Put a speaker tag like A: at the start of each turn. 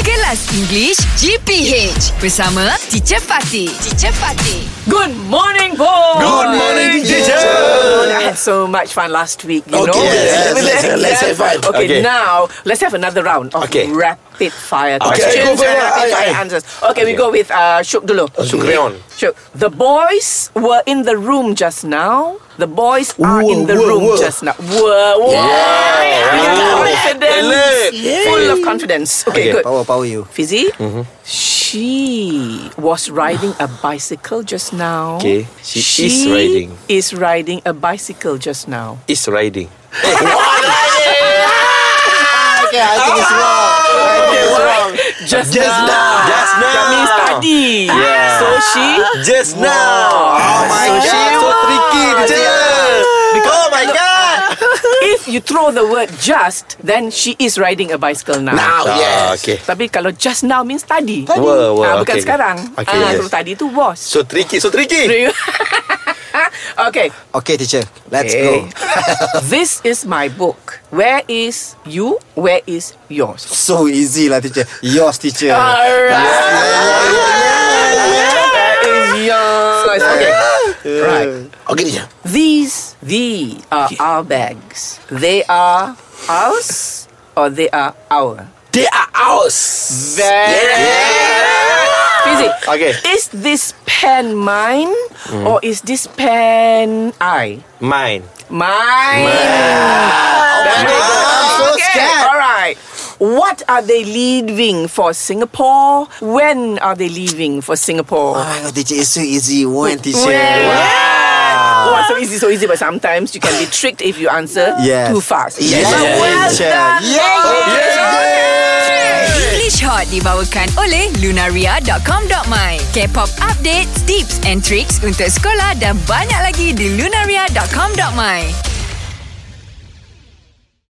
A: Kelas English GPH bersama Teacher Fatih. Teacher Fatih.
B: Good morning, boys.
C: Good morning, teacher.
B: Good. I had so much fun last week. You
C: Okay,
B: know?
C: yes, let's- let's have fun.
B: Okay,
C: Okay.
B: now let's have another round of
C: Okay.
B: rapid fire
C: Okay, go
B: questions
C: for
B: and
C: it.
B: rapid
C: Aye,
B: fire
C: aye.
B: answers. Okay, we go with uh, Shuk dulu.
C: Sukrion.
B: Shuk, the boys were in the room just now. The boys are
C: Were,
B: in the
C: were,
B: room
C: were.
B: just now. Were, were.
C: Wow.
B: Confidence. Full of confidence. Okay,
C: Okay.
B: good.
D: Power, power you.
B: Fizzy, she was riding a bicycle just now.
C: Okay, she is riding.
B: Is riding a bicycle just now.
C: Is riding.
D: Eh, Okay, I think it's wrong. I think it's wrong.
B: Just,
C: now. Just now.
B: That means tadi.
C: Yeah.
B: So she.
C: Just now. Oh
D: my
C: god. So tricky, teacher. Oh my god.
B: If you throw the word just, then she is riding a bicycle now.
D: Now,
C: Ah,
D: yes.
C: okay.
B: Tapi kalau just now means tadi.
C: Wah,
B: Ah,
C: wah,
B: bukan
C: okay, okay.
B: sekarang.
C: Okay,
B: Ah,
C: yes.
B: kalau tadi tu was.
C: So tricky, so tricky.
B: okay.
D: Okay, teacher. Let's
B: Okay.
D: go.
B: this is my book. Where is you? Where is yours?
D: So easy lah, teacher. Yours, teacher.
C: Ah.
B: That is yours. Okay.
D: right. Okay, teacher.
B: These, the are our bags. They are ours or they are our.
C: They are ours.
B: Busy.
C: Okay.
B: Is this pen mine
D: Mm.
B: or is this pen I?
C: Mine.
B: Mine. Very good.
D: I'm so
B: Okay,
D: scared.
B: All right. What are they leaving for Singapore? When are they leaving for
D: Oh
B: Singapore?
D: my god, teacher, it's so easy. One, teacher.
B: Wow. Oh, so easy, so easy, but sometimes you can be tricked if you answer
D: Yes.
B: too fast.
D: Yes,
B: So well
D: teacher.
B: done.
D: Yeah.
A: English Hot dibawakan oleh lunaria.com.my. K-pop updates, tips and tricks untuk sekolah dan banyak lagi di lunaria.com.my.